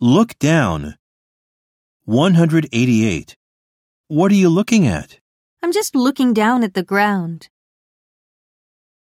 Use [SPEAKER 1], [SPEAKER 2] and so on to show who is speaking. [SPEAKER 1] Look down. 188. What are you looking at?
[SPEAKER 2] I'm just looking down at the ground.